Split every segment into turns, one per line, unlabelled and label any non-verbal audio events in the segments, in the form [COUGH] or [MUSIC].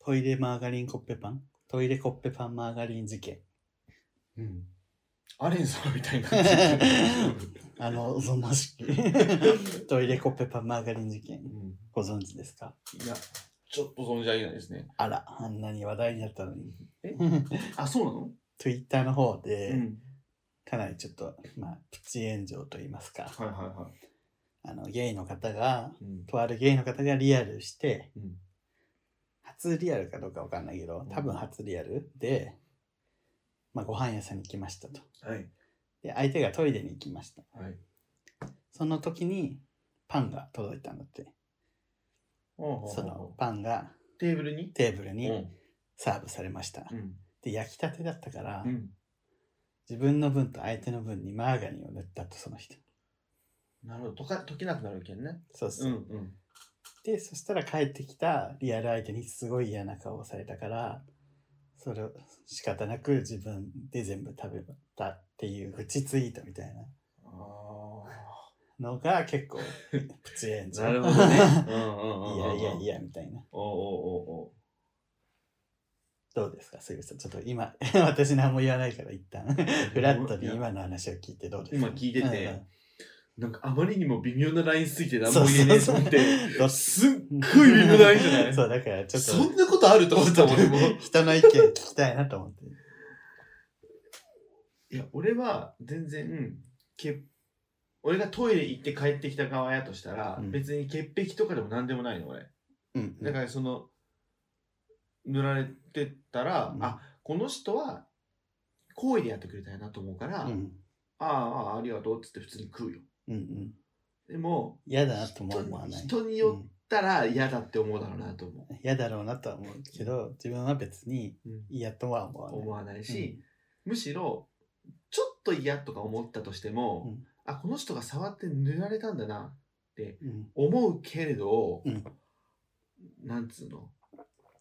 トイレマーガリンコッペパントイレコッペパンマーガリン漬け。
うん。アレン様みたいな。
あの、おぞまし
[LAUGHS]
き。トイレコッペパンマーガリン事
う
件。
ん
ご存知ですか
いや、ちょっと存じ上げないですね。
あら、あんなに話題になったのに。 [LAUGHS]
えあ、そうなの
Twitter の方
う
で、
ん。
かなりちょっと、まあ、プチ炎上と言いますか。
はいはいは
あの、ゲイの方が、
い。うん。
とあるゲイの方がリアルして、
うん。
初リアルかどうかわかんないけど、多分初リアルで、まあ、ご飯屋さんに行きましたと。
はい。
で、相手がトイレに行きました。
はい。
その時に、パンが届いたんだって。そのパンが
テーブルに
テーブル
う
に
ん。
サーブされました。
うん。
で、焼きたてだったから、
うん。
自分の分と相手の分にマーガリンを塗ったと、その人。
なるほど。溶か、溶けなくなるけんね。
そうそうう。
んうん。
で、そしたら帰ってきたリアル相手にすごい嫌な顔をされたから、それを仕方なく自分で全部食べたっていう愚痴ツイートみたい
ああ。
なのが結
[LAUGHS]
構プチ炎上。
なるほどね。うんうんうん。
いやいやい
や。
やみたいな。
おうおうおうおう。
どうですか、すぐさん。ちょっと今、 [LAUGHS] 私何も言わないから一旦、 [LAUGHS] フラットに今の話を聞いてどうですか
今聞いてて
うん
なんかあまりにも微妙なラインすぎて
うん
何
そ
も
う
言えね
そうそ
えと
う
思 [LAUGHS] って。
どっ
すっごい微妙なラインじゃな
[LAUGHS]
い
そう、だからちょっと。
そんなことあると思った俺も。
人の意見聞きたいなと思って。
いや、俺は全然、け俺がトイレ行って帰ってきた側やとしたら、
うん
別に潔癖とかでも何でもないの俺。
うん
だからその、塗られてたら、
うん
あ、この人は、好意でやってくれたんやなと思うから、
うん
ああああ、ありがとうっつって普通に食うよ。
うんうん。
でも、
嫌だなとも思わない。
人によったら嫌だって思うだろうなと思
うん嫌だろうなとは思うけど、自分は別に
う。うん
嫌とは思わない。
思わないし、むしろちょっと嫌とか思ったとしても、
うん
あこの人が触って塗られたんだなって
うん
思うけれど、
うん
なんつうの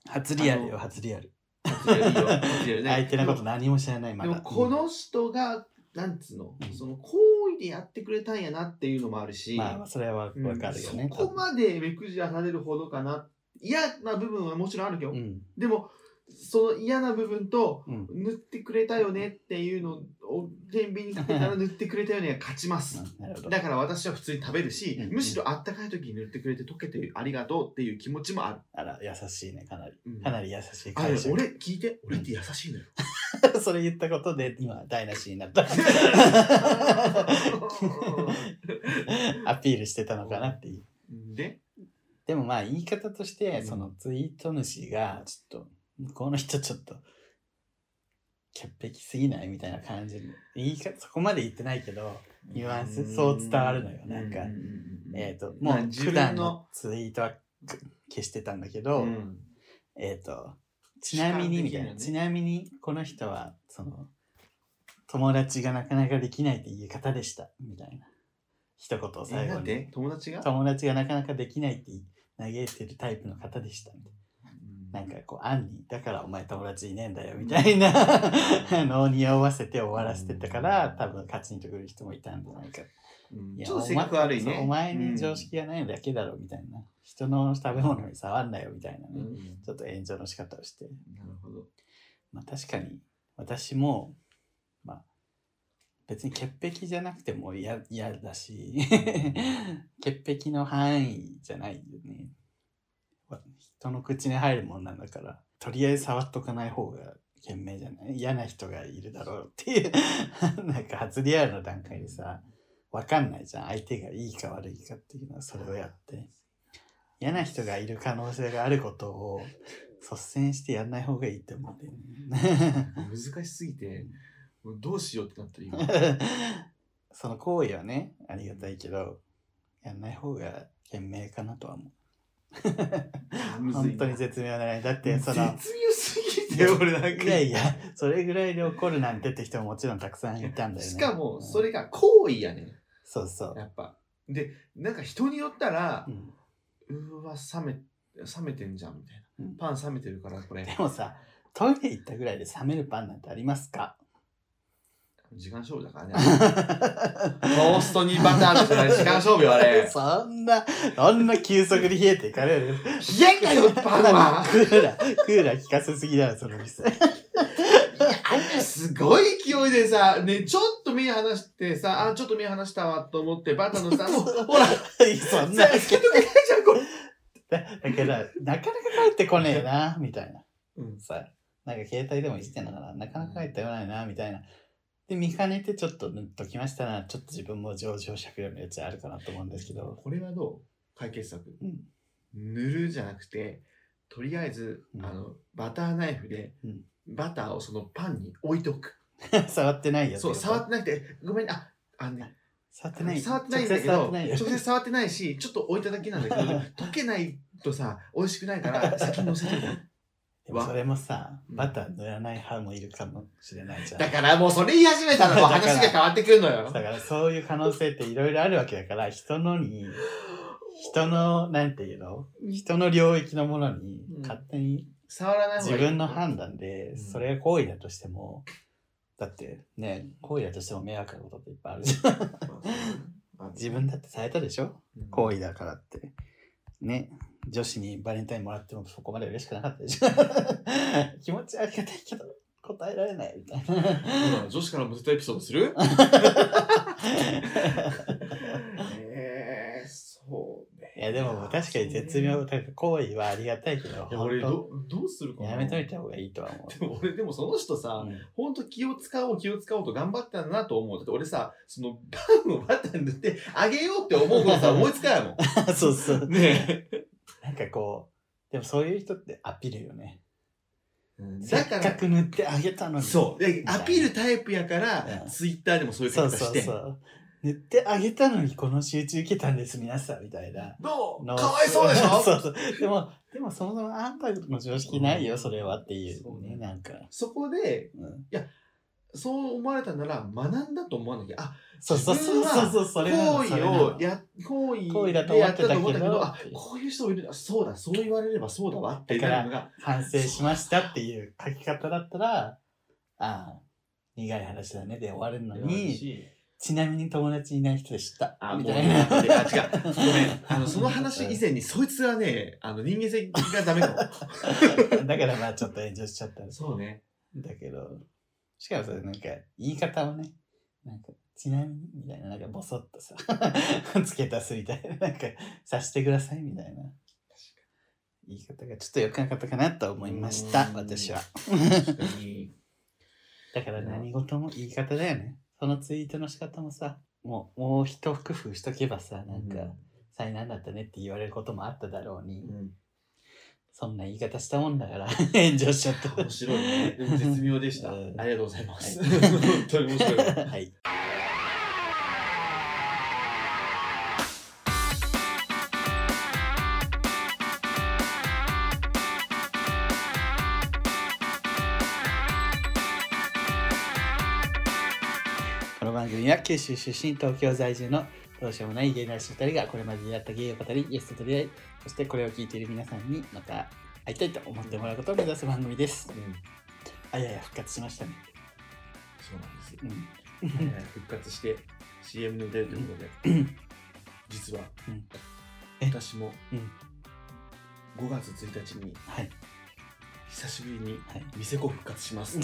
初リアル
あ
よ、
の
初リアル。
初やりよ初やりね
相手のこと何も知らないま
でも
だ。
でもこの人がなんつうの、
うん
その行為でやってくれたんやなっていうのもある
う
し、
んまあまあ、それはわ
うん
かるよね。
そこまで目くじらされるほどかな嫌な部分はもちろんあるけど、
うん。
でもその嫌な部分と
うん。
塗ってくれたよねっていうのを天秤にかけた
[LAUGHS]
ら塗ってくれたよねは勝ちます
なるほど。
だから私は普通に食べるし、
うん
むしろあったかい時に塗ってくれて溶けてありがとうっていう気持ちもある、
あら、優しいね、かなり。
うん
かなり優しい
あれ
解釈。
俺聞いて俺って優しいのよ
それ言ったことで、今、台無しにな
[LAUGHS]
った。アピールしてたのかなっていう。
で
でもまあ言い方として、
うん
そのツイート主がちょっと向こうの人ちょっと潔癖すぎないみたいな感じの言い方そこまで言ってないけどニュアンスそう伝わるのよなんか
うううん
えっ、と
ま
も
あ
う
自
普
分
段
の
のツイートはく消してたんだけ
う
ど、
ん
えっ、とちなみにみたいな、
主
ちなみにこの人はその友達がなかなかできないっていう方でしたみたいな一言を
え
最
な
後
ん
に
で友達が、
友達がなかなかできないって嘆いてるタイプの方でしたみたいな
うん
なんかこう、アンに、だからお前友達いねえんだよ、みたいな [LAUGHS] のを匂わせて終わらせてたから、多分勝ちにとくる人もいたんじゃないか。
うん
いや
ちょっと性格悪いね
お前そうお前
うん
に常識がないだけだろ、みたいな。人の食べ物に触んなよ、みたいな
う
ね。
ん
ちょっと炎上の仕方をして。
なるほ [LAUGHS] ど
まあ確かに、私も、まあ、別に潔癖じゃなくても嫌嫌だし、潔癖の範囲じゃないよね。わ人の口に入るもんなんだから、とりあえず触っとかない方が賢明じゃない嫌な人がいるだろうっていう、 [LAUGHS] なんか初リアルの段階でさ、わかんないじゃん。相手がいいか悪いかっていうのはそれをやって。嫌な人がいる可能性があることを率先してやんない方がいいって思ってる、
難しすぎてもうどうしようってなったら
[LAUGHS]
今
その行為はね、ありがたいけど、やんない方が賢明かなとは思う。
むずい
本
な
当に絶妙なね。だって、その、
絶妙すぎて俺なんか
いやいや、それぐらいで怒るなんてって人ももちろんたくさんいたんだよね。
しかもそ
れ。
れが行為やね
そうそう。
やっぱでなんか人によったら
うん
うーわ冷め冷めてんじゃんみたいな
うん
パン冷めてる [LAUGHS] からこれ
でもさ、トイレ行ったぐらいで冷めるパンなんてありますか
時間勝負だからね。トーストにバターとか時間勝負よ、あ [LAUGHS] れ。
[LAUGHS] そんな、そんな急速に冷えていかれる。
冷えんかよ、バンは
クーラー、クーラー効かせすぎだろ、その
[LAUGHS]
店。
すごい勢いでさ、ね、ちょっと目離してさ、あ、ちょっと目離したわと思って、バターのさ、もう [LAUGHS] ほら、
そんな。だ
つけとけないじゃん、これ。
から、なかなか帰ってこねえ
[LAUGHS]
な、みたいな。
うん、
さ、なんか携帯でもいじってんだから、なかなか帰ってこないな、みたいな。で、見かねてちょっと、うんときましたら、ちょっと自分も上場酌量のやつあるかなと思うんですけ
[LAUGHS]
ど。
これはどう解決策。
うん
塗るじゃなくて、とりあえず、
うん
あの、バターナイフで、
うん
バターをそのパンに置いとく。
触ってないよ。。
そう、触っててなくて、ごめん、あ、あのね、
触ってない。
触ってないん
直
だ
接
け
触って
ど
ない
直
よ。
接触ってないしちょっと置いただけなんだけ
[LAUGHS]
ど溶けないとさ美味しくないから先に乗せてる
でもそれもさ、
うん
バター塗らない派もいるかもしれないじゃん。
だからもうそれ言い始めたらも
だ
う
から
話が変わってくるの
だ
よ
からそういう可能性っていろいろあるわけだから、人の
[LAUGHS]
に、人の、なんていうの人の領域のものに
うん
勝手に
触らない方
自
がいい
分の判断で、
うん
それが行為だとしても、だってね、行為だとしても迷惑なことっていっぱいあるじゃん。 [LAUGHS]
まあ
自分だってされたでしょ
うん
行為だからって。ね。女子にバレンタインもらってもそこまで嬉しくなかったでしょ [LAUGHS] 気持ちはありがたいけど、答えられないみ [LAUGHS] たい
うん女子からもずっとエピソードする
な。 [LAUGHS]
えーそうね
いやでも確かに絶妙、だから行為はありがたいけど、
いや俺
本
どどうする
当
かな
やめといた方がいいとは思
でも俺でもその人さ
う。
ほんと気を使おう気を使おうと頑張ったんだなと思うだって俺さそのパンをバターに塗ってあげようって思うこと
[LAUGHS]
さ思いつかないもん
うん [LAUGHS] そうそう。
ね
なんかこう、でもそういう人ってアピールよね。
だ
せ
か、
っからく塗ってあげたのに。
そう。で
みたい
ア
な
ピールタイプやから、
うん
ツイッターでもそういう
そ
方
う
して。
そうそう。塗ってあげたのにこの集中受けたんです、皆さん、みたい [LAUGHS] な。
どう
の
かわいそうでしょ
[LAUGHS] そ
そう
そう。でも、でもそもそもあんたの常識ないよ、それはってい
そう
う
ね
ね、なんか。
こで、
うん
そう思われたなら学んだと思わなきゃ。あ、
そうそうそうそうそう、それなの
行為をや、行為
行為だと
で
思
や
っ
ってた
たけ
と
ど
思ったけど、あ、こういう人いるんだ。そうだ、そう言われればそうだわってなるのが、
反省しましたっていう書き方だったら、ああ、苦い話だねで終わるのに、ちなみに友達いない人でした。
あ、
み
もう、
た
あ
いな。
違う。ごめん。あの、その話以前に、そいつはね、あの、人間性がダメか
[LAUGHS] [LAUGHS]
も。
だからまあちょっと炎上しちゃったんです
そうね。
だけど、しかもそれなんか言い方をね、なんか、ちなみにみたいな、なんかボソッとさ、 [LAUGHS] 付け足すみたいな、なんか、さしてくださいみたいな。言い方がちょっと良くなかったかなと思いました
う、ん
私は。
確かに。
だから何事も言い方だよね。そのツイートの仕方もさ、もう、もう一工夫しとけばさ、なんか、災難だったねって言われることもあっただろうに、
うん
そんな言い方したもんだから、炎上しちゃった。
面白い
[LAUGHS]
ね。でも絶妙でした。
うん
ありがとうございます。
はい
[LAUGHS] 本当に
[LAUGHS]
面白いわ。
はい。この番組は九州出身東京在住のどうしようもない芸男子2人がこれまで出会った芸を語りゲストと出会いそしてこれを聞いている皆さんにまた会いたいと思ってもらうことを目指す番組です
うん、
あいやいや復活しましたね、
そうなんですよ
う。ん
はい復活して CM に出るということで、実は
うんえ
私も
うん
5月1日に
はい
久しぶりに
はい
店子復活します。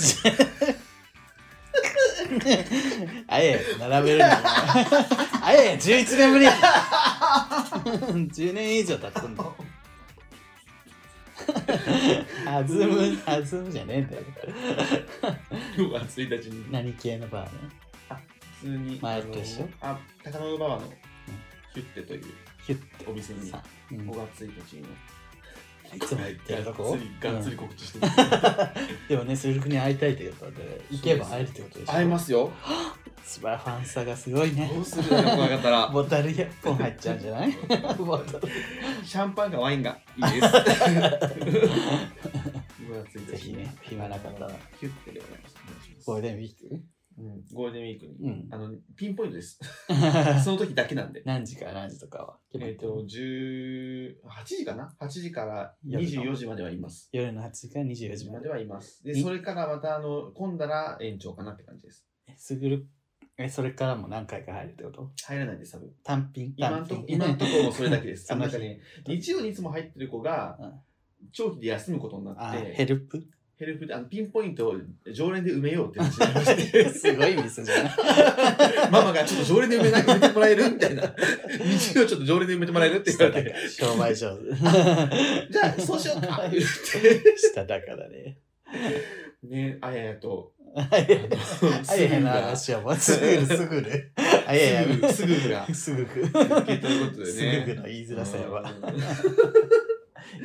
あえ並べるのもあえ11年ぶり10年以上経ってんだ弾む弾むじゃねえんだよ
[LAUGHS] 5月1日に
何系のバーね
普通に
前
あの
と一緒
あ高野馬場のヒュッテという
ヒュッ
お店に
さ
5、
うん、い
月1日に
つも言ってるとこ、
がっつりがっつ
う
り
ん
告知してる。
でもねスルクに会いたいということで行けば会えるってことでしょ
会えますすよ。
素晴らしいファンサがすごいね
どうするのかなかったら。
ボタル100本入っちゃうんじゃない
[LAUGHS]
ボタル
シャンパンかワインがいいです。5月1日
[LAUGHS] ぜひね暇な方は。
キュッてでお願いします。
ゴールデンウィーク
うんゴールデンウィークに、
うん
あのピンポイン
[LAUGHS]
トです。その時だけなんで。
何時から何時とかは決ま
え
っ
って
る
と、18時かな ?8 時から
夜の
24時まではいます。
夜の8時から24
24
時
時
ま
ま
で
ではいます。で、
に
それからまた、あの、混んだら延長かなって感じです。
え、すぐる、え、それからも何回か入るってこと
入らないんです、多分。
単品
今
単
んとこ
品。
今んところもそれだ
[LAUGHS]
けです。
そ
そ
の
の
日
中に、日曜にいつも入ってる子が
う、
長期で休むことにな
あ
っ
ー、
て、
ヘル
[LAUGHS]
プ
ヘルプで、あの、ピンポイントを常連で埋めようって話になりまし
すごいミスじゃない
た。 [LAUGHS] ママがちょっと常連で埋めない埋めてもらえるみたいな。日曜ちょっと常連で埋めてもらえるって言わ [LAUGHS] れて。
商売上手。
[LAUGHS] じゃあ、そうしようか言って。
しただからね。
ね、あややと、
あやあやへの
が
話はもうすぐるすぐる。あや
す
や
ぐ、すぐが、
すぐく。
続けということですね。
ぐくの言いづらさやば。
うん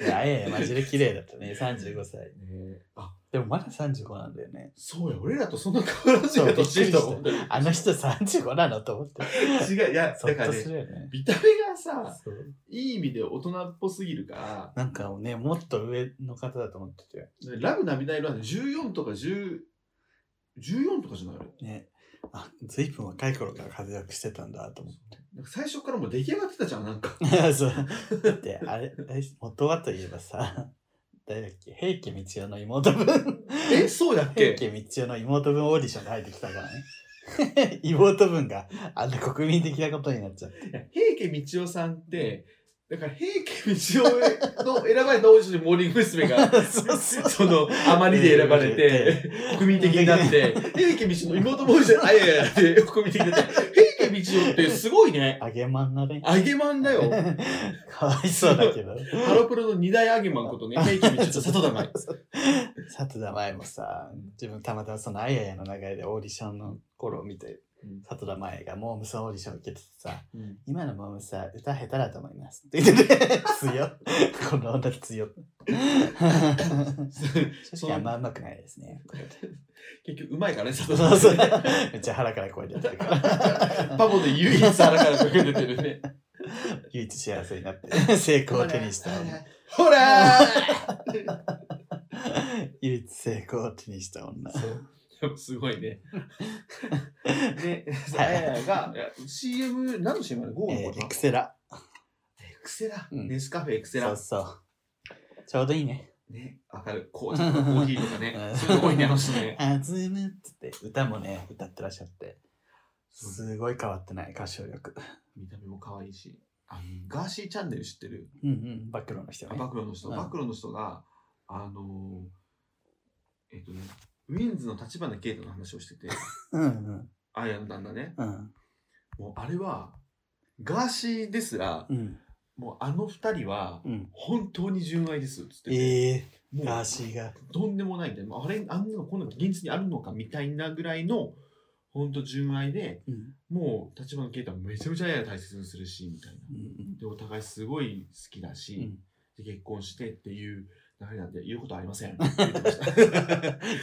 いや、あややマジで綺麗だったね。35歳。
ねあ、
でもまだ35なんだよね。
そうや、俺らとそんな変わらずや、年だもん。
あの人35なのと思って。
違う、いや、
そ
だ
っ
から
と
ね
す、るよね。
見た目がさ、
そう
いい意味で大人っぽすぎるから、
なんかね、もっと上の方だと思ってて。
ラブ涙色はね14とか10、14とかじゃないの
ね。あ、ずいぶん若い頃から活躍してたんだと思って
なんか最初からもう出来上がってたじゃん、な
[LAUGHS]
んか。
いやそうだってあれあれ元はといえばさ [LAUGHS] 誰だっけ平家道夫の妹 [LAUGHS] 分
え、そうだっ
平
け
家道夫の妹分オーディションで入ってきたからね [LAUGHS] 妹分があんな国民的なことになっちゃって、
平家道夫さんって、だから平家道夫の選ばれた王子にモーニング娘。が
[LAUGHS] そうそう
その、あまりで選ばれて、国民的になって、平家道夫の妹も王子で、あいやいやいや
[LAUGHS]
って国民的になって、平家道夫ってすごいね。
揚げまんなね [LAUGHS]
揚げまんだよ。
かわいそうだけど
ハロプロの二大アゲマンことね、平家道夫と里田舞。
里田舞もさ自分たまたまそのあややの流れでオーディションの頃を見て
うん
里田舞がモームスオーディション受けててさ
うん [LAUGHS]
今のモムさ、歌下手だと思います。って言ってて、強っ。
[LAUGHS]
この女強っ。正直あんま上手くないですね。
結局、うまいからね、佐
そ
藤
う
さん。
そう。 [LAUGHS] めっちゃ腹から声出てるから。
[LAUGHS] パボで唯一腹からかけてる
[LAUGHS]
ね。
唯一幸せになって、成功を手にした女。
ほら
唯一成功を手にした女。
ーすごいね。 [LAUGHS] で、あややが、いや CM、何の CM なの ?5
えー、エ
のか
ク
な
セラ。
エクセラ。
うん
ネスカフェエクセ
そう
ラ。
そう。ちょうどいいね。
ね、明るい。こう、ちょっとコーヒーとかね
うん。
そういうとこにね、あの人ね。
[LAUGHS] あずむっつって、歌もね、歌ってらっしゃって。すごい変わってない、歌唱力。
見た目も可愛いし。あガーシーチャンネル知ってる
うんうん、暴露の人
あ
ね。
暴露の人、
うん
暴露の人が、あのーえっとね、ウィンズの立花啓太の話をして
[LAUGHS]
て、
うんうん。
あやの旦那ね、
うん。
もうあれは、ガーシーですら、
うん。
もうあの二人は、
うん。
本当に純愛ですっつってて、
ええ
も
ガー
う
シーが。
とんでもないんだよ。もうあれ、あんなのこんなの現実にあるのかみたいなぐらいの、本当純愛で、
うん。
もう立花啓太はめちゃめちゃあやを大切にするし、みたいな。で、お互いすごい好きだし、で結婚してっていう流れなんで言うことありませ
[LAUGHS]
んって言ってまし た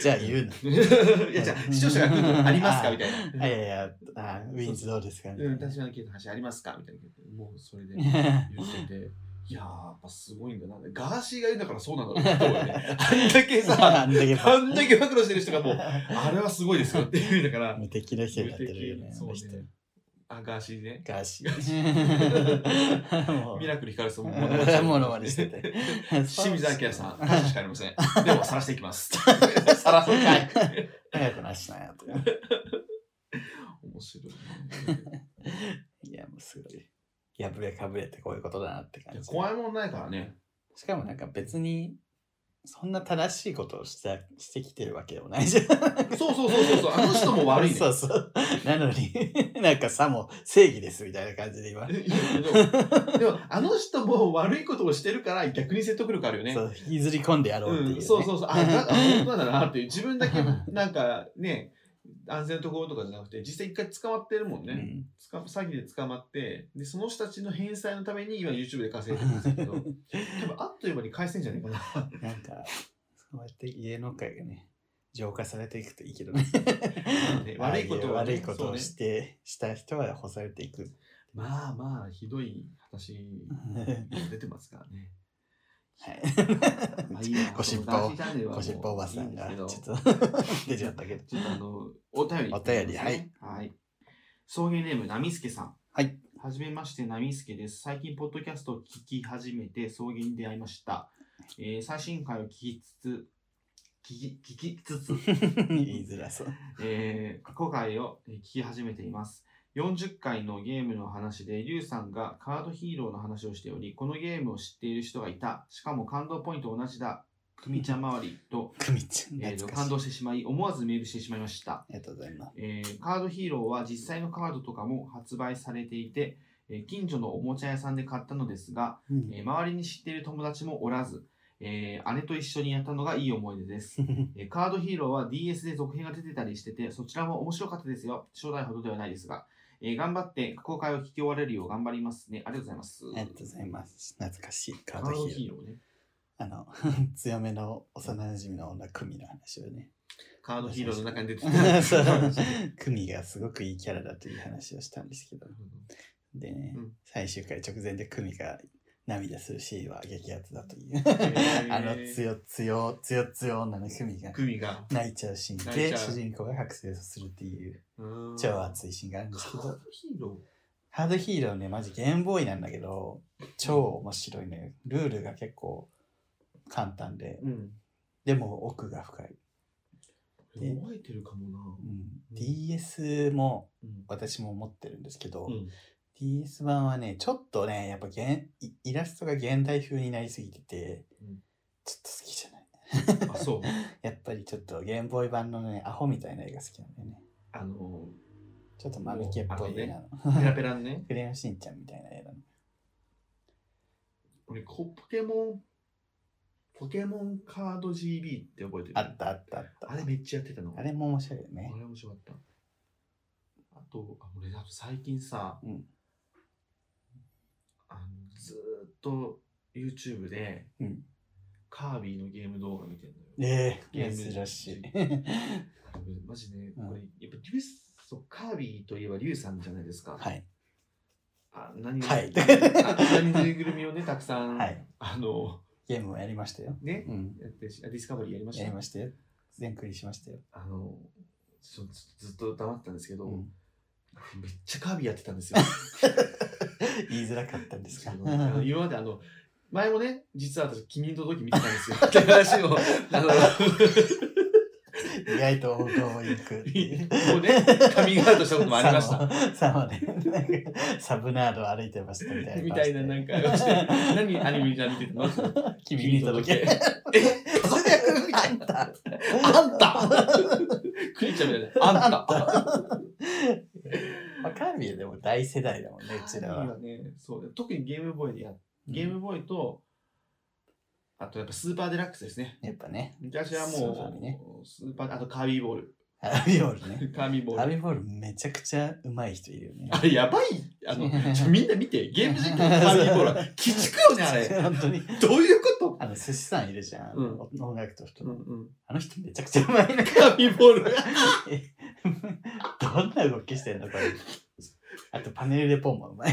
[LAUGHS] じゃあ言うな。
いやじゃあ視聴者が来るのありますかみたい
あ。
ない
やいや、あウィンズどうですかね。
うん、立花家の話ありますかみたいな。もうそれで
[LAUGHS]
言ってて。いやー、やっぱすごいんだな。ガーシーが言うんだからそうなんだろうなと思うよね。あんだけ
あ
さ、
んだけ
あんだけ暴露してる人がもう、あれはすごいですよって言うんだから、
無敵な人になってるよ
無
ね
敵。
あ
そう
の
ね
人
あ、ガーシーね。
ガーシー。もう
ミラクルヒカル [LAUGHS] さんも
モノマネしてて。
[LAUGHS] 清水明さん、歌詞しかありません。でも、晒していきます。晒そうかい。
早くなしなよとか。
面白いね。
いや、もうすごい。破れかぶれってこういうことだなって
い
感
や
じ。
怖いもんないからね。
しかもなんか別に、そんな正しいことをしたしてきてるわけでもないじゃん。
そうそうそうそうそう、あの人も悪いね。
そうそう。なのに、なんかさも正義ですみたいな感じで今。
いやでもでも、あの人も悪いことをしてるから逆に説得力あるよね。
そう引きずり込んでやろうっていう、ね
うん、そうそうそう。あ、な
[LAUGHS]
んか本当なんだなっていう。自分だけなんかね、安全なところとかじゃなくて、実際一回捕まってるもん
う
ね。
ん
つか詐欺で捕まって、で、その人たちの返済のために今 YouTube で稼いでるんで
[LAUGHS]
すけど、多分あっという間に返せんじゃないかな。
なんか、そうやって芸能界がね、浄化されていくといいけどね。
ね悪いこ
あ
とをね
あう悪いこと
そう
を
ね
して、した人は干されていく。
まあまあ、ひどい話
[LAUGHS]
が出てますからね。まあいいや
ご尻尾
この男子チャンネルはも
ご
う
尻尾おばさ
いい
ん
で
が
すけど
ちょっと [LAUGHS] 出ちゃったけど。
ちょっとあの、お便り。
お便りはい。
はい。送迎ネーム、なみすけさん。
はい。
はじめまして、なみすけです。最近、ポッドキャストを聞き始めて、送迎に出会いました。えー最新回を聞きつつ、聞き、聞き
[LAUGHS]
つつ、
言いづらそう。
えー過去回をえー聞き始めています。40回のゲームの話で、リュウさんがカードヒーローの話をしており、このゲームを知っている人がいた。しかも感動ポイント同じだ。クミちゃん周りと、
くみちゃん、
えーと
懐かし
感
い。あ
動してしまい、思わずメールしてしまいました。
りがとうございます。
えーカードヒーローは実際のカードとかも発売されていて、えー近所のおもちゃ屋さんで買ったのですが、
うん
えー周りに知っている友達もおらず、えー姉と一緒にやったのがいい思い出です。えーカードヒーローは DS で続編が出てたりしてて、そちらも面白かったですよ。初代ほどではないですが。えー頑張って公開を聞き終われるよう頑張りますね。ありがとうございます。
ありがとうございます。懐かしいカ
カ
ード
ー
ヒーロ
ド
ー。
ヒーローね。
あの、強めの幼馴染の女、クミの話をね。
カードヒーローの中に出て
[LAUGHS]
[LAUGHS]
そう
た。
クミがすごくいいキャラだという話をしたんですけど。でね、
うん
最終回直前でクミが涙するシーンは激アツだという。[LAUGHS]
ー
あの強強強強女のクミが
組が。
泣いちゃうシーン
泣いち
で
ゃう
主人公が覚醒するっていう超
超
熱いシーンがあるんですけ
カード
ど
ヒーロ
ハードヒーローねマジゲームボーイなんだけど超面白いのよルールが結構簡単で
ー。うん。
でも奥が深い、で
覚えてるかもな。
うん、DS も
うん
私も持ってるんですけど、
うん
DS 版はねちょっとねやっぱ現イイラストが現代風になりすぎてて、
うん
ちょっと好きじゃない [LAUGHS]
あ、そう。
やっぱりちょっとゲームボーイ版のねアホみたいな絵が好きなんだよね
あの
ちょっと間抜けっぽい絵なの。
ー、ペラペラのね。
クレヨンしんちゃんみたいな絵なの。
俺、こポケモン、ポケモンカード GB って覚えてる。
あったあったあった。
あれめっちゃやってたの。
あれも面白いよ
あ
ね。
れ面白かった。あと、あ俺、あと最近さ、
うん
あのずーっと YouTube で、
うん
カービィのゲーム動画見てんのよ。
え
ゲ
え
ーム
珍しい。
マジね、
うん
これ、やっぱリュウそう、カービィといえばリュウさんじゃないですか。
はい。
あ何々
はい
あ何々ぬいぐるみを
[LAUGHS]
ね、たくさん、
はい
あの、
ゲームをやりましたよ。
ね、
うん。
やってしあディスカバリーやりました
や
よ
りましたよ。全クリしましたよ。
あのそうずずっと黙ってたんですけど、
うん [LAUGHS]
めっちゃカービィやってたんですよ。
言いづらかったん [LAUGHS] ですか
あ。
[LAUGHS]
の今まであの前もね実は私君の時見てたんですよって
[LAUGHS]
話をあの
意外と王道を行くっていう。
[LAUGHS] もうねカミングアウトしたこともあり
[LAUGHS]
ました。
サモで、なんかサブナードを歩いてましたみたいな。
みたいななんかをして何アニメじゃ見てた
[LAUGHS]
の
君に届け。
えそれで
あんた
あん [LAUGHS] たクリちゃんみたいなあんた
[LAUGHS] まあカービィはでも大世代だもんね、うちら
カービィ
は。
はねそう特にゲームボーイでやっゲームボーイと、あとやっぱスーパーデラックスですね
うんやっぱね、
昔は
スーパー
もう
にね
スーパーあとカービーボール
アービオール
[LAUGHS]
ね。
カービーボー
ア
ル
ビフォールめちゃくちゃうまい人いるよね。
あれやばいあ [LAUGHS] のちょみんな見てゲーム実況のカービーボールは鬼畜よねあ
[LAUGHS]
れ
本当に。
どういうこと、
あの、寿司さんいるじゃん。
うん
音楽と人
うん
の。
うん、
あの人めちゃくちゃうまいな。
カービーボール
えどんな動きしてんのこれ。あとパネルレポンもうまい。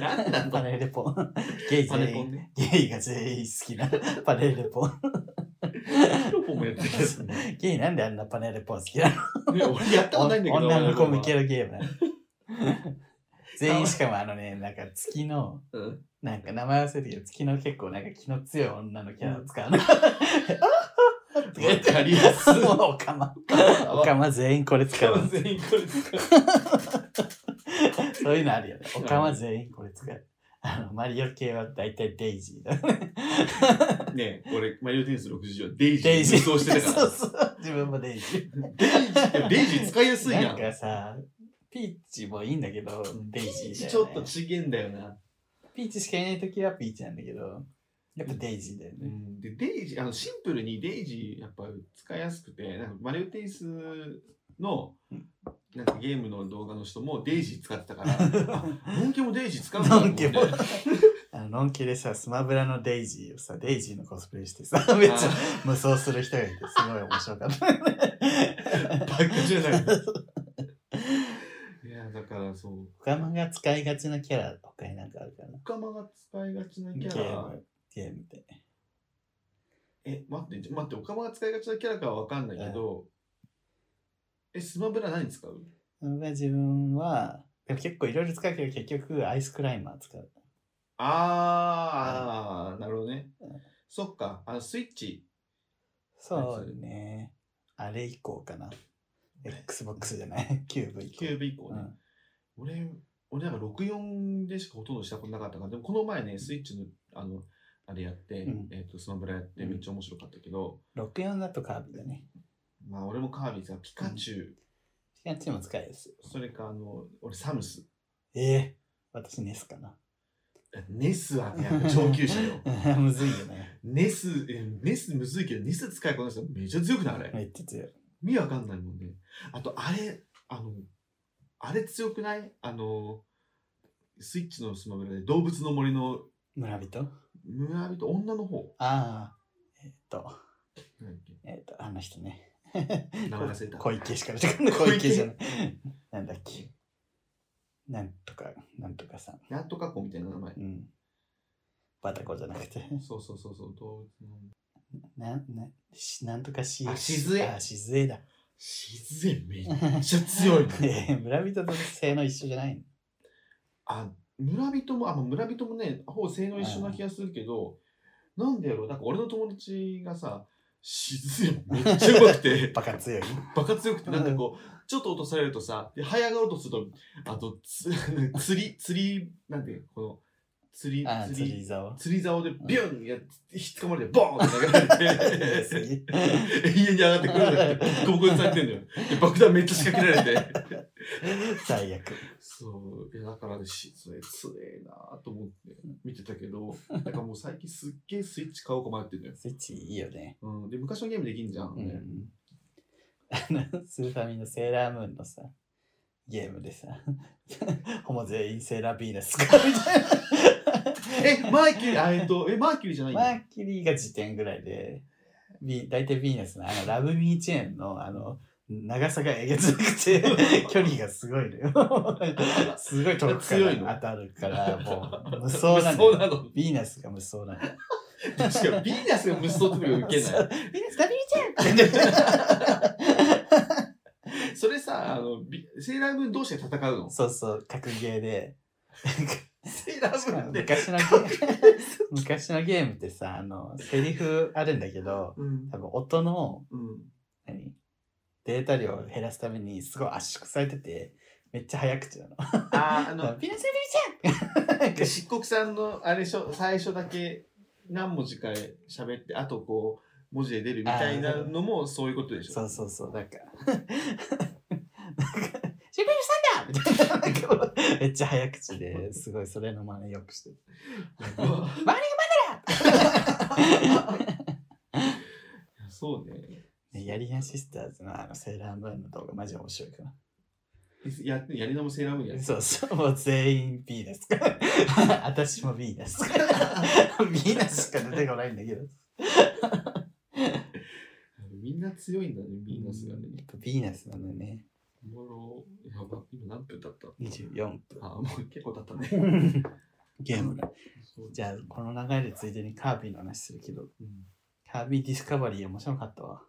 なんなん
パ
だ
ネルレポン。ゲイ
パネ
全
コン
員。
ね
ゲイが全員好きなパネルレポン。
ヒロポンもやってるやつね
ゲイなんであんなパネルレポン好きなの
ね俺やったことないんだけど
女の子向けのゲームなの。
[LAUGHS]
全員しかもあのね、なんか月の。
うん
なんか名前忘れたけど、月の結構なんか気の強い女のキャラを使 [LAUGHS] うの。
わかりや [LAUGHS] すい
もうおかま。おかま全員これ使うの。
全員これ使う
そういうのあるよね。おかま全員これ使う。あの、マリオ系は大体デイジーだね。
ねえ俺マリオテニス64デイジー
デイジー。
無双してたか
そ
ら
うそう。自分もデイジ
デイジーでもデイジー使いやすい
ー。
や
なんんかさ、ピーチもいいんだけど、デイジーだよ、ね。
ちょっとちげんだよな、
ピーチしかいないときはピーチなんだけど、やっぱデイジーだよ
う
ね。
ん、でデイジーあのシンプルにデイジーやっぱ使いやすくてなんかマリオテニスの
うん
なんかゲームの動画の人もデイジー使って
[LAUGHS]
たからあノンケもデイジー使うんだ
ノンケも
と思って
あの、のんきでさ、スマブラのデイジーをさ、デイジーのコスプレしてさ、めっちゃ無双する人がいて、すごい面白かった。
あ [LAUGHS] ーバカじゃないいやだからそう
オカマが使いがちなキャラ、他になんかあるかな
オカマが使いがちなキ
ゲ
ャ
ー
ラ
ム、ゲームで。
え待ってちょ待ってオカマが使いがちなキャラかは分かんないけど、えスマブラ何使う
僕は自分は、でも結構いろいろ使うけど、結局アイスクライマー使う。
あー、なるほどね
うん。
そっか、あのスイッチ
そうね。あれ以降かな。Xbox じゃない。 [LAUGHS] キューブ以降。
キューブ以降
う
ね。
ん
俺、俺なんか64でしかほとんどしたことなかったから、でもこの前ね、スイッチの、あの、あれやって、
うん
えっ、と、スマブラやって、めっちゃ面白かったけど、
64だとカービィだね。
まあ俺もカービィさ、ピカチュウ、
ピカチュウも使えるし。
それかあの、俺サムス、
ええ私ネスかな。。
ネスはね、やっぱ上級者よ
[LAUGHS] むずいよね。
ネス、えネスむずいけど、ネス使いこなしたらめっちゃ強くないあれ。
めっちゃ強い。
意味わかんないもんね。あと、あれ、あの、あれ強くないあの、スイッチのスマブラで動物の森の
村人
村人、女の方。
ああ。えっと、
なんだっけ
えっと、あの人ね。
名前忘れた。
小池しか出てこない。
小
小
池
池じゃない。なんだっけ。なんとか、なんとかさん。
なんとか子みたいな名前
う。ん。バタコじゃなくて。
そうそうそうそう、動物の森。
[LAUGHS] な、な、しなんとかし、
あしずえ
あ、しずえだ。。
自然めっちゃ強いの
[LAUGHS] ええ村人と性能一緒じゃないの。
あ、村人も、あ、まあ村人もね、ほぼ性能一緒な気がするけど、なんでやろう、なんか俺の友達がさ、自然めっちゃ上手くて
バカ強 [LAUGHS] い。
バカ強くて、なんかこう、ちょっと落とされるとさ、で、早がろうとすると、あと、つ [LAUGHS] 釣り、釣り、なんていうのこの、釣り、
ああ、
釣
釣
り、
り [LAUGHS] 竿。
釣り竿でビュンやっ、引っつかまれて、ボーンって投げられ
す
て、 [LAUGHS]
げ
永遠に上がってくるんだって、ボコボコにされてんだよ。で、爆弾めっちゃ仕掛けられて。
え最悪。
そう、いやだからね、しつえ、つえなと思って見てたけど、なんかもう最近すっげえスイッチ買おうか迷ってんだよ。
スイッチいいよね。
うん、で、昔のゲームできんじゃん。
うん。あの、スーファミのセーラームーンのさ、ゲームでさ、 [LAUGHS] ほぼ全員セーラービーナスかみたいな。
え、マーキュリー、あえっと、え、マーキュリーじゃないん
マ
だ
ーキュリーが時点ぐらいで、ビ大体ビーナスのあのラブミーチェーンのあの長さがえげつなくて、距離がすごいのよ。すごい遠くか
強いの
ら当たるから、もう無
そ
双な
うな
のよ。
の。
ビーナスが無双なの。
確かに、ビーナスが無双ってのがウケ
ビー
な
ナスラブミーチェーン
い。それさ、あの、ビセーラームーン同士で戦うの。
そうそう、格ゲーで。
セーラームーンで。
昔のゲーム昔のゲームってさあのセリフあるんだけど
うん。
多分音の
うん。
何データ量を減らすためにすごい圧縮されててめっちゃ早口なの。[LAUGHS]
あー、あの、
ピナセビちゃん
漆黒さんの、あれしょ、最初だけ何文字か喋って、あとこう、文字で出るみたいなのもそういうことでしょ。
[LAUGHS] そうそうそう、なんか。なんか、シュペルさんだみたいななんか、めっちゃ早口 [LAUGHS] ですごいそれの真似よくしてる。
う。そうね。
ねヤリアンシスターズのあのセーラームーンの動画マジ面白いから。
や、やりなもセーラームーンやって
そうそう、もう全員 B です [LAUGHS] から。私も B ですから。B なしか出てこないんだけど。
みんな強いんだね、ビーナスがね。
やっぱ B ナスなんだね。
おもろやば、今何分経った
24 [LAUGHS]
あー、もう結構経ったね。
分。ゲームだ。
そう
じゃあ、この流れでついでにカービィの話するけど、
うん
カービィディスカバリー面白かったわ。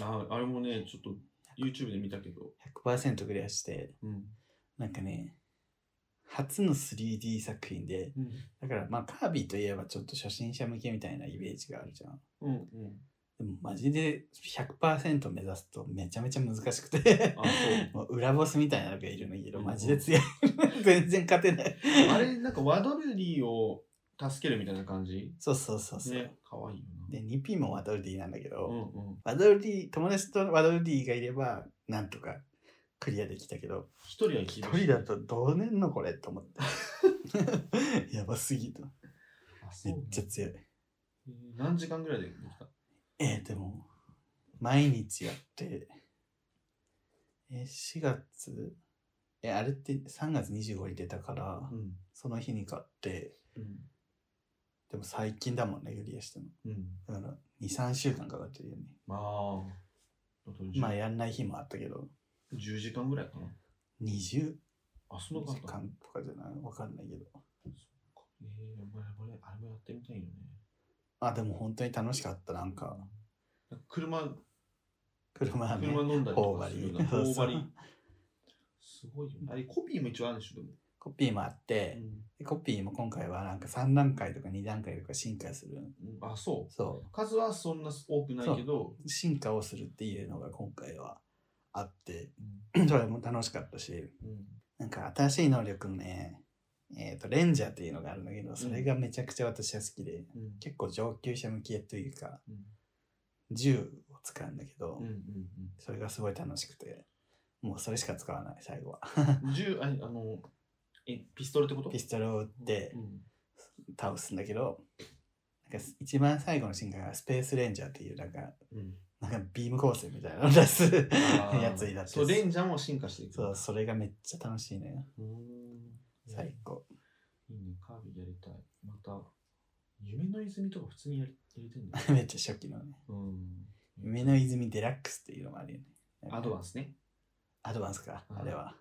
ああれもね、ちょっと YouTube で見たけど。
100%クリアして、
うん。
なんかね、初の 3D 作品で、
うん。
だからまあカービィといえばちょっと初心者向けみたいなイメージがあるじゃん。
うん。
でもマジで100%目指すとめちゃめちゃ難しくて
あ、そ
[LAUGHS]
う。
もう裏ボスみたいなのがいるんだけど、
うん
マジで強い。 [LAUGHS] 全然勝てない。
あれ、なんかワドルディを助けるみたいな感じ
そうそうそうそう。
ね、かわいいよな。
で、2P もワドルディなんだけど、
うんうん。
ワドルディ、友達とワドルディがいれば、なんとかクリアできたけど、
一人は厳しい
一人だとどうねんのこれと思っ
[LAUGHS]
て。やばすぎた。
あそ
め
う
っ
なんだ
ちゃ強い。
えー何時間ぐらいでできた
えー、でも、毎日やって、えー、4月、えあれって3月25日出たから、
ん。
その日に買って、
うん。
でも最近だもんね、クリアしたの。
うん。
だから、2、3週間かかってるよね。
まあ、あと10
まあ、やんない日もあったけど、
10時間ぐらいかな。
20
あ、その
時
間か。
間とかじゃないわかんないけど。
そっかえー、やばいやばいあれもやってみたいよね。
あ、でも本当に楽しかった。なんか、
なんか車、
車はね、
車飲んだりと
頬
か
張
するよ
り
うな。。頬
そ
張
うそう
り。すごいよね。あれ、コピーも一応あるんでしょ、でも。
コピーもあって、
う
でコピーも今回はなんか3段階とか2段階とか進化する。
んあ、そ。
そう
数はそんな多くないけど、
う。進化をするっていうのが今回はあって、
う
それも楽しかったし、
んうん
なんか新しい能力のね、えっ、と、レンジャーっていうのがあるんだけど、それがめちゃくちゃ私は好きで、
うん
結構上級者向けというか、
うん
銃を使うんだけど、
うん
それがすごい楽しくて、もうそれしか使わない、最後は。
うんうん [LAUGHS] 銃ああのえピストルってこと
ピストルを撃って
うん
倒すんだけど、なんか一番最後の進化がスペースレンジャーっていう、なんか、
うん
なんかビーム光線みたいなのを出す
あ
[LAUGHS]
ー
やつになって
そうレンジャーも進化していく
そう、それがめっちゃ楽しいのよ。
うーん
最高。
いいねカービィやりたいまた夢の泉とか普通にやりやりたいんだ
めっちゃ初期のね。
うん
夢の泉デラックスっていうのもあるよね。
アドバンスね
アドバンスか、
うん
あれは。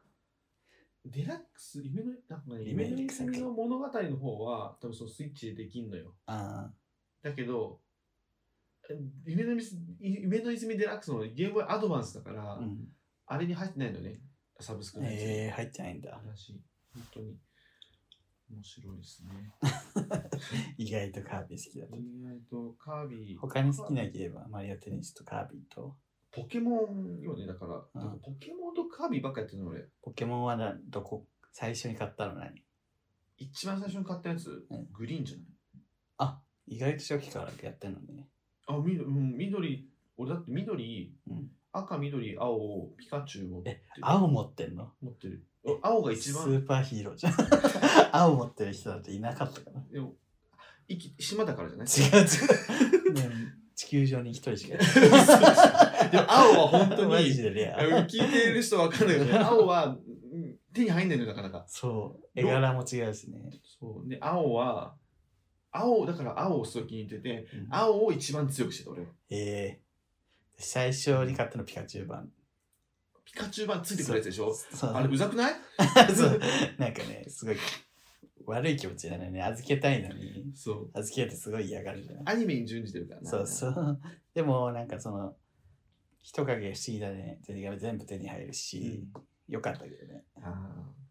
デラックス夢のなんか、ね、
リメ
夢
イク
の泉の物語の方は多分そのスイッチでできんのよ
あ
だけどえ夢の泉夢の泉デラックスのゲームボーイアドバンスだから、
あ、うん。
あれに入ってないのねサブスクのやつに
えー、入ってないんだ。
話、本当に面白いですね。
意外とカービィ好きだと。
意外とカービィ、
他に好きなゲームはマリオテニスとカービィと、
ポケモンよね、だから、だからポケモンとカービィばっかやってるの俺、
ポケモンはなどこ、最初に買ったの何
一番最初に買ったやつ、
うん
グリーンじゃない
あ、意外と初期からやってんのね。
あ、みうん、緑、俺だって緑、
うん
赤、緑、青、ピカチュウ持ってる。
青持ってんの
持ってる。あ青が一
ス
番、
ーパーヒーローじゃん。 [LAUGHS] 青持ってる人なんていなかったかな。
でも、いき島だからじゃない
違う違う。ね地球上に一人しかいない。 [LAUGHS]
でも青は本当に
マジでレ
あ
ア。
聞いてる人わかんない
[LAUGHS]
よね。青はうん手に入んないのよ、なかなか。
そう。絵柄も違うしね。
そう。で、青は、青、だから青をすごい気に入ってて、
うん
青を一番強くしてた、俺は。
えー、最初に買ったのピカチュウ版。
ピカチュウ版ついてくるやつでしょ
そう
あれ、うざくない
[LAUGHS] そうなんかね、すごい悪い気持ちだね。預けたいのに。
[LAUGHS] そう。
預けてすごい嫌がるじゃん。
アニメに準じてるからな。
そうそう。でも、なんかその、人影不思議だね。全部手に入るし、よかったけどね。
あー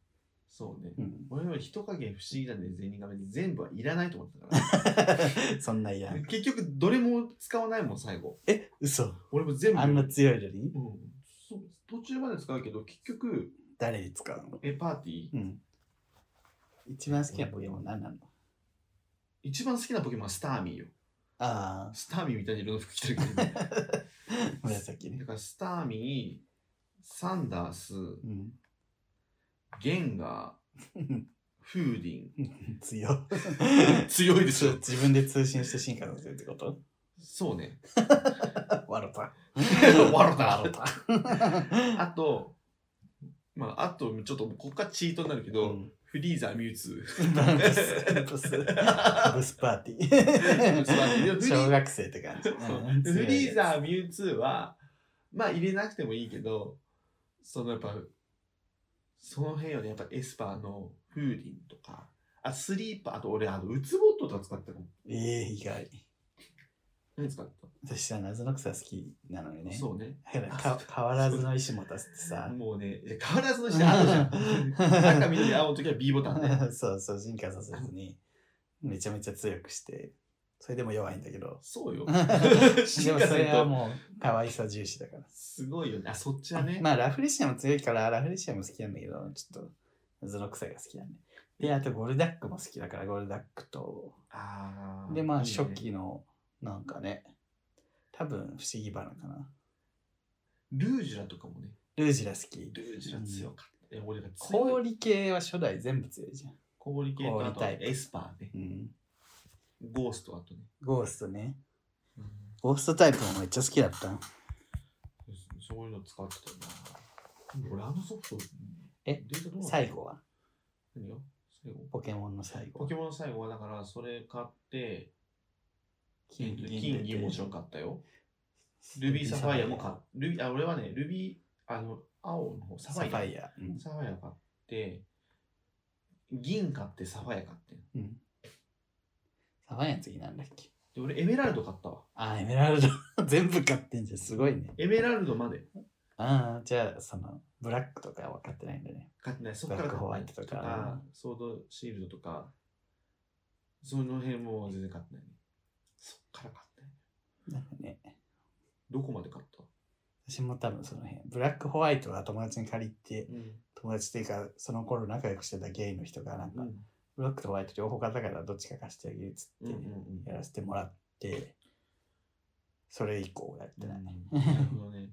そうね。
うん、
俺は人影不思議だね、全員が全部はいらないと思ってたか
[LAUGHS] そんないや
ら。 [LAUGHS] 結局、どれも使わないもん、最後。
え、嘘。
俺も全部。
あんな強いのに
うんそう途中まで使うけど、結局、
誰に使うの
え、パーティー、
うん。一番好きなポケモン何なの
一番好きなポケモンはスターミーよ。
ああ、
スターミーみたいな色の服着てるけ [LAUGHS] ど、ね。
紫ね
だ。からスターミー、サンダース、
うん。
ゲンガー、フーディ
強い。
ン。強いでし
そう
ょ。
自分で通信して進化させるってこと
そうね。
笑った。
[LAUGHS] 笑った
笑った。
あと、まあ、あと、ちょっと、こっからチートになるけ
う
ど、
ん
フリーザー、ミュウツ
バンプス、バンプス、
[LAUGHS]
バンプスパーティー。小学生って感じ。
ー。そうフリーザー、ミュウツーは、まあ、入れなくてもいいけど、そのやっぱ、その辺よね、やっぱエスパーのフーディンとか、あ、スリーパー、あと俺、あの、ウツボットとか使ってたの。
ええ意外。
何使って
私さ、謎の草好きなのよ
た
ね。
そうね。
だからか変わらずの意思持たせてさ。
もうね、いや変わらずの人青じ
[LAUGHS]
ゃん。赤、緑、青の時は B ボタンね。
そうそう、進化させずに、めちゃめちゃ強くして、それでも弱いんだけど。
そう
[LAUGHS]
よ。
で
進
も
化
そ
する
れは
と。
もう、可愛さ重視だから。
すごいよね。あ、そっちはね。
まあ、ラフレシアも強いから、ラフレシアも好きなんだけど、ちょっと、謎の草が好きなんで。で、あと、ゴルダックも好きだから、ゴルダックと、
あー
でまあ
いいね
初期のなんかね多分不思議花かな
ルージュラとかもね。
ルージュラ好き
ルージュラ強かった。え、俺が強い。
氷系は初代全部強いじゃん、
氷系とあ
氷
と
タイプ
エスパーね。
うん、
ゴーストあとね。
ゴーストね
うん
ゴーストタイプもめっちゃ好きだった
そういうの使ってたな。俺あのソフト、
え
データどうなの
最後は
何よ最後
ポケモンの最
ポ
後
ケモンの最後はだからそれ買って、
金
えっと金銀もちろん買
っ
ったよ。ルビーサファイアも買っルビーあ、俺はね、ルビー、あの、青の方、サ
た
フ
サ
ァ
ファイ
イア。
ア、うん
サファイア買って、銀買ってサファイア買って。
うんサファイアの次なんだっけ
で、俺エメラルド買ったわ。
あー [LAUGHS] エメラルド全部買ってんじゃんすごいね
エメラルドまで。
ああじゃあそのブラックとか分かってないんだね。
勝ってない。そこ
ブ
か
ラ
ら
ックホワイ
勝
ト
ってな
と
い
か
ソードシールドとか、その辺も全然勝ってないね。そこから勝ってな
な
い。
んかね、
どこまで勝った
私も多分その辺、ブラックホワイトは友達に借りて、
う
友達っていうか、その頃仲良くしてたゲイの人がなんか、
ん。
ブラックとホワイト両方買ったからどっちか貸してあげるっつ
うん
っ
うんうん
て、やらせてもらって、それ以降やってない。
うんなるほどね。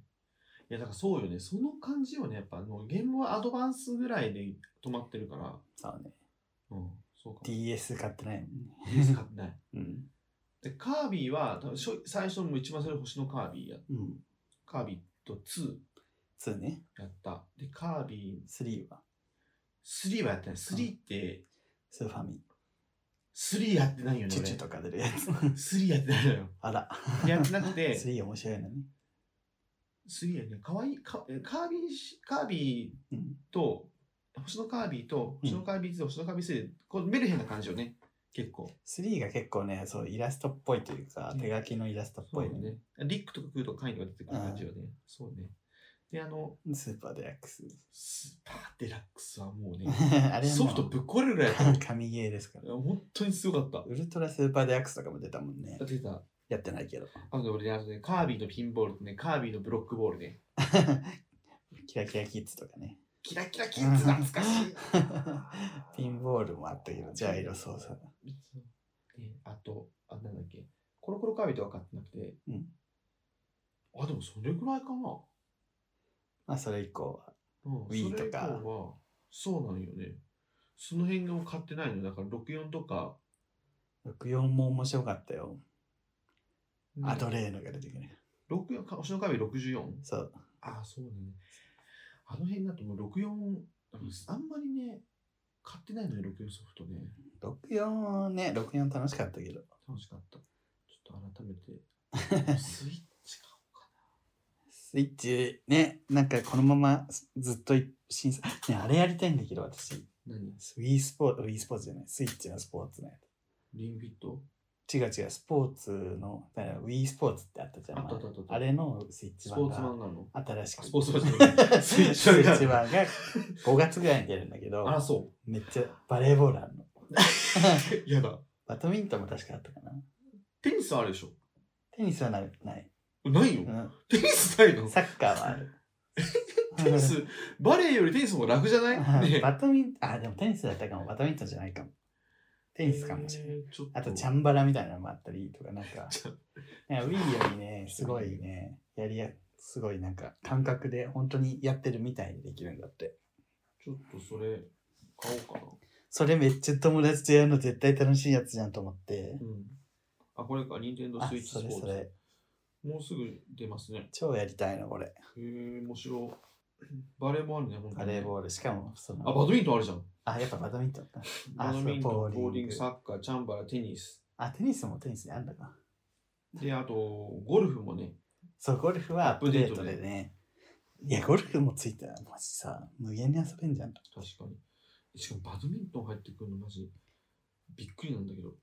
いや、だからそうよね。その感じよね。やっぱ、もうゲームはアドバンスぐらいで止まってるから。
そうね。
うん。そうかも。
DS 買ってないもんね。
DS 買ってない。
うん。
で、カービィは、多分しょ最初の一番最初の星のカービィや。
うん。
カービィと2
2ね。
やった。で、カービ
3は。
ィ、3はやってない。3って、
スーファミ。
3やってないよね。
チュ
俺
チュとか出るやつ。
3やってないのよ。
あら。
やってなくて、
3面白いのね。
3やね。かわいい。かえカービィし、カービィ
うん。
と、星のカービィと、
うん
星のカービィ2、星のカービィ3で、こう、メルヘンな感じよね。結構。
3が結構ね、そう、イラストっぽいというか、
うん
手書きのイラストっ
そ
ぽ
う
い
よ
のね。
ね。リックとかクーとかカインとか出てくる感じよね。そうね。で、あの、
スーパーデラックス。
スーパーデラックスはもうね、
[LAUGHS] あれはもう
ソフトぶっ壊れるぐらいやった
[LAUGHS]
もん
神ゲーですから。
本当にすごかった。
ウルトラスーパーデラックスとかも出たもんね
あ。出た。
やってないけど。
あとね俺ね、あとね、カービィのピンボールとね、カービィのブロックボールね。
キラキラキッズとかね。
キラキラキッズ懐かしい。
[LAUGHS] ピンボールもあったけど、ジャイロ操作。
で、あと、あ、なんだっけ、コロコロカービィとは買ってなくて、
うん
あ、でもそれぐらいかな。
まあ、それ以降は。
うん、
Wii とか
それ以降は、そうなんよね。その辺を買ってないの、だから64とか、
64も面白かったよ。アド
れ
レーヌが出てくる。
64か、星のカービィ 64?
そう。
あ、そうね。あの辺だともう64、あんまりね、買ってないのよ、64ソフトね。
64ね、64楽しかったけど。
楽しかった。ちょっと改め
[LAUGHS]
て、スイッチ買おうか
スイッチね、なんかこのままずっとい審査。ね、あれやりたいんだけど、私。
な。
ウ
何
ィースポーツ、ウィースポーツじゃない。スイッチのスポーツね。
リングフィット
違う違う、スポーツの、だからウィースポーツってあったじゃん。
あったあったあった
あれのスイッチ
ス
版
ポーツ
が
漫画の。
新し
あ
く。
スポーツ漫画スイッチ
[LAUGHS] スイッチ
漫 [LAUGHS]
版が5月ぐらいに出るんだけ
画。あ、
ど、
そ
めっちゃバレーボールあるの。
う。やだ。
バドミントンも確かあったかな。
テニスあるでしょ
テニスはない。ない
ないよ
う。ん
テニスないの
サッカーはある。
テニス、バレーよりテニスも楽じゃないね
バドミントン、あ、でもテニスだったかも、バドミントンじゃないかも。テニスかもしれない。
えーちょっ
あと、チャンバラみたいなのもあったりとか、なんか、
ちゃん
なんか Wii よりね、すごいね、やりや、すごいなんか、感覚で本当にやってるみたいにできるんだって。
ちょっとそれ、買おうかな。
それめっちゃ友達とやるの絶対楽しいやつじゃんと思って
う。ん。あ、これか、ニンテンドー
あ
スイッ、チス
そ
ポ
れ
ー
そ
ツ。
れ。
もうすぐ出ますね。
超やりたいの、これ。
へえ、面白い。バレーもあるね、本当に。
バレーボール。しかも、そ
あ、バド
の、
ミントンあるじゃん。
あ、やっぱバドミントンか。
バ
あ
ドミントン、
そうボ
ボ
ーリング
ーリング、サッカー、チャンバラ、テニス。
あ、テニスもテニスであんだか。
で、あと、ゴルフもね。
そう、ゴルフはア
ア
ッ
ッ
プ
プ
デ
デ
ー
ー
ト
トで
でね。いや、ゴルフもついたら、マジさ、無限に遊べんじゃん。
確かに。しかもバドミントン入ってくるのマジびっくりなんだけど。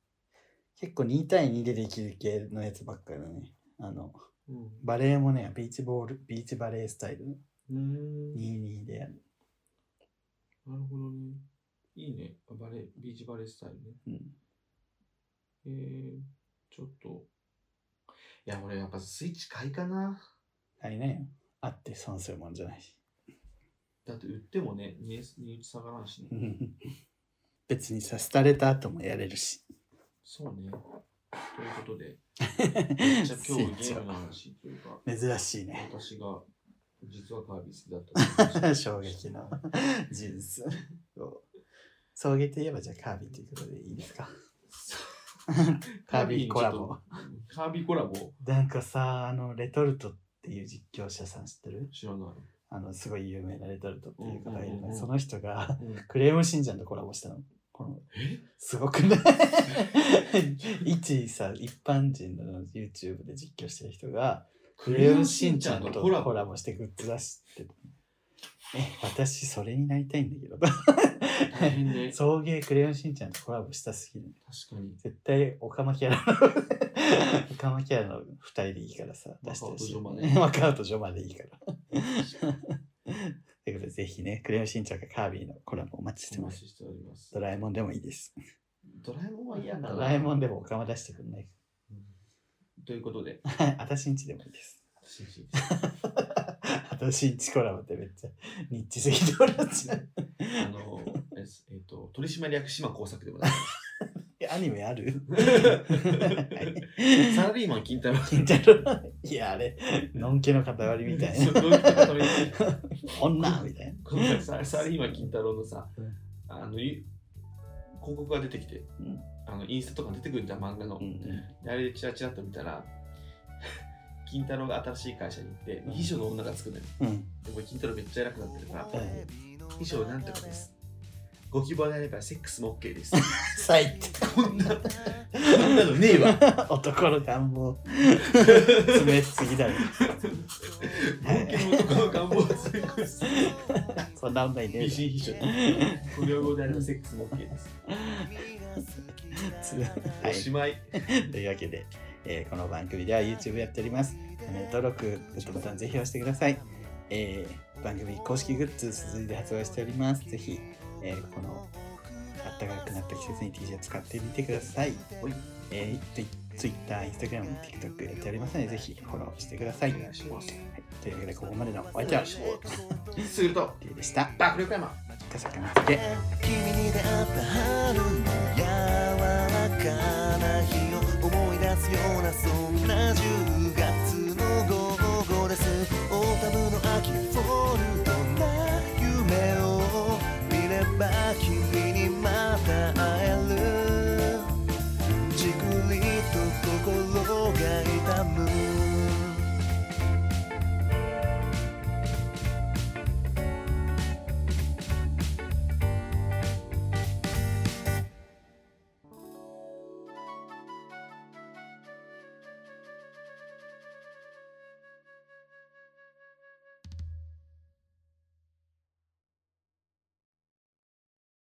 結構2対2でできる系のやつばっかりだね。あの、
うん。
バレーもね、ビーチボール、ビーチバレースタイル、
うーん。なる
22でやる。
ほどね。いいね。バレー、ビーチバレースタイルね。
うん。
えー、ちょっと。いや、俺やっぱスイッチ買いかな。
あれね、あって損するもんじゃないし。 [LAUGHS]
だって売ってもね、値値打ち下がらんしね。
うん別にさ、廃れた後もやれるし。
そうね。というこ
[LAUGHS]
とで、めっちゃ今日
スイッチ
ゲー
は
ムの話というか、
珍しいね。 [LAUGHS]
私が実はカービスだったという話。
衝撃の事実。そう送迎といえばじゃあカービィということでいいですか [LAUGHS] カービィコラボ。
カービィコラボ
なんかさ、あの、レトルトっていう実況者さん知ってる
知らない。
あの、すごい有名なレトルトっていう方がいる
うんうん
の
うんうん
その人が
うん
クレヨンしんちゃんとコラボしたの。この
え
すごく [LAUGHS] ない一さ、一般人の YouTube で実況してる人が、クレヨンしんちゃんとコラボしてグッズ出しててえ、私それになりたいんだけど。
大変
[LAUGHS]
ね。
送迎クレヨンしんちゃんとコラボしたすぎる。
確かに。
絶対オカマ [LAUGHS] キャラのオカマキャラの2人でいいからさ出してほしい
マカオとジョマね
マカオとジョマでいいからということで、ぜひね、クレヨンしんちゃんかカービィのコラボお待ちして
お
ま
待
す。
ちしております。
ドラえもんでもいいです。
ドラえもんは嫌だな。
ドラえもんでもおかま出してくんない。
うんということで、
はい、あたしんちでもいいです。
私
[LAUGHS] あたしんちコラボってめっちゃニッチすぎて笑っちゃう。
あの、あれですえっと、取締役島耕作でございます。
えアニメある [LAUGHS]
サラリーマン金太郎。
金太郎いや、あれ、のんけの塊みたい
そう
な。
どういうことみたいな
女みたいな。
この
[LAUGHS]
さサラリーマン金太郎のさ、あの、ゆ広告が出てきて、
うん
あのインスタとか出てくるんだ、漫画の。
うんうん
であれでチラチラっと見たら、 [LAUGHS] 金太郎が新しい会社に行って、秘書の女が作るのよ。
うん。
でも金太郎めっちゃ偉くなってるから、
うん
以上なんとかです。ご希望であればセックスも OK
[LAUGHS]
です。
最低。
こんな、こんなのねえ [LAUGHS] わ。
男の願望、詰めすぎだろ。
冒険男の願望をセッ
[LAUGHS]
クス。
そんな女いねえ
美
ぞ
人秘書。ご希望であればセックスも OK です。
つは
お
い。
しまい。
というわけで、えーこの番組では YouTube やっております。えー登録、グッドボタンぜひ押してください。えー番組公式グッズ続いて発売しております。ぜひ、えーこの暖かくなった季節に T シャツ使ってみてください。
はい
えー、ツイ Twitter、Instagram、TikTok やっておりますので、ぜひフォローしてください。
お願いします
はい、というわけで、ここまでのお相手は、
すると、
リュウでした。
爆力山。
カサカナスケ。
君に出会った春の柔らかな日を思い出すよう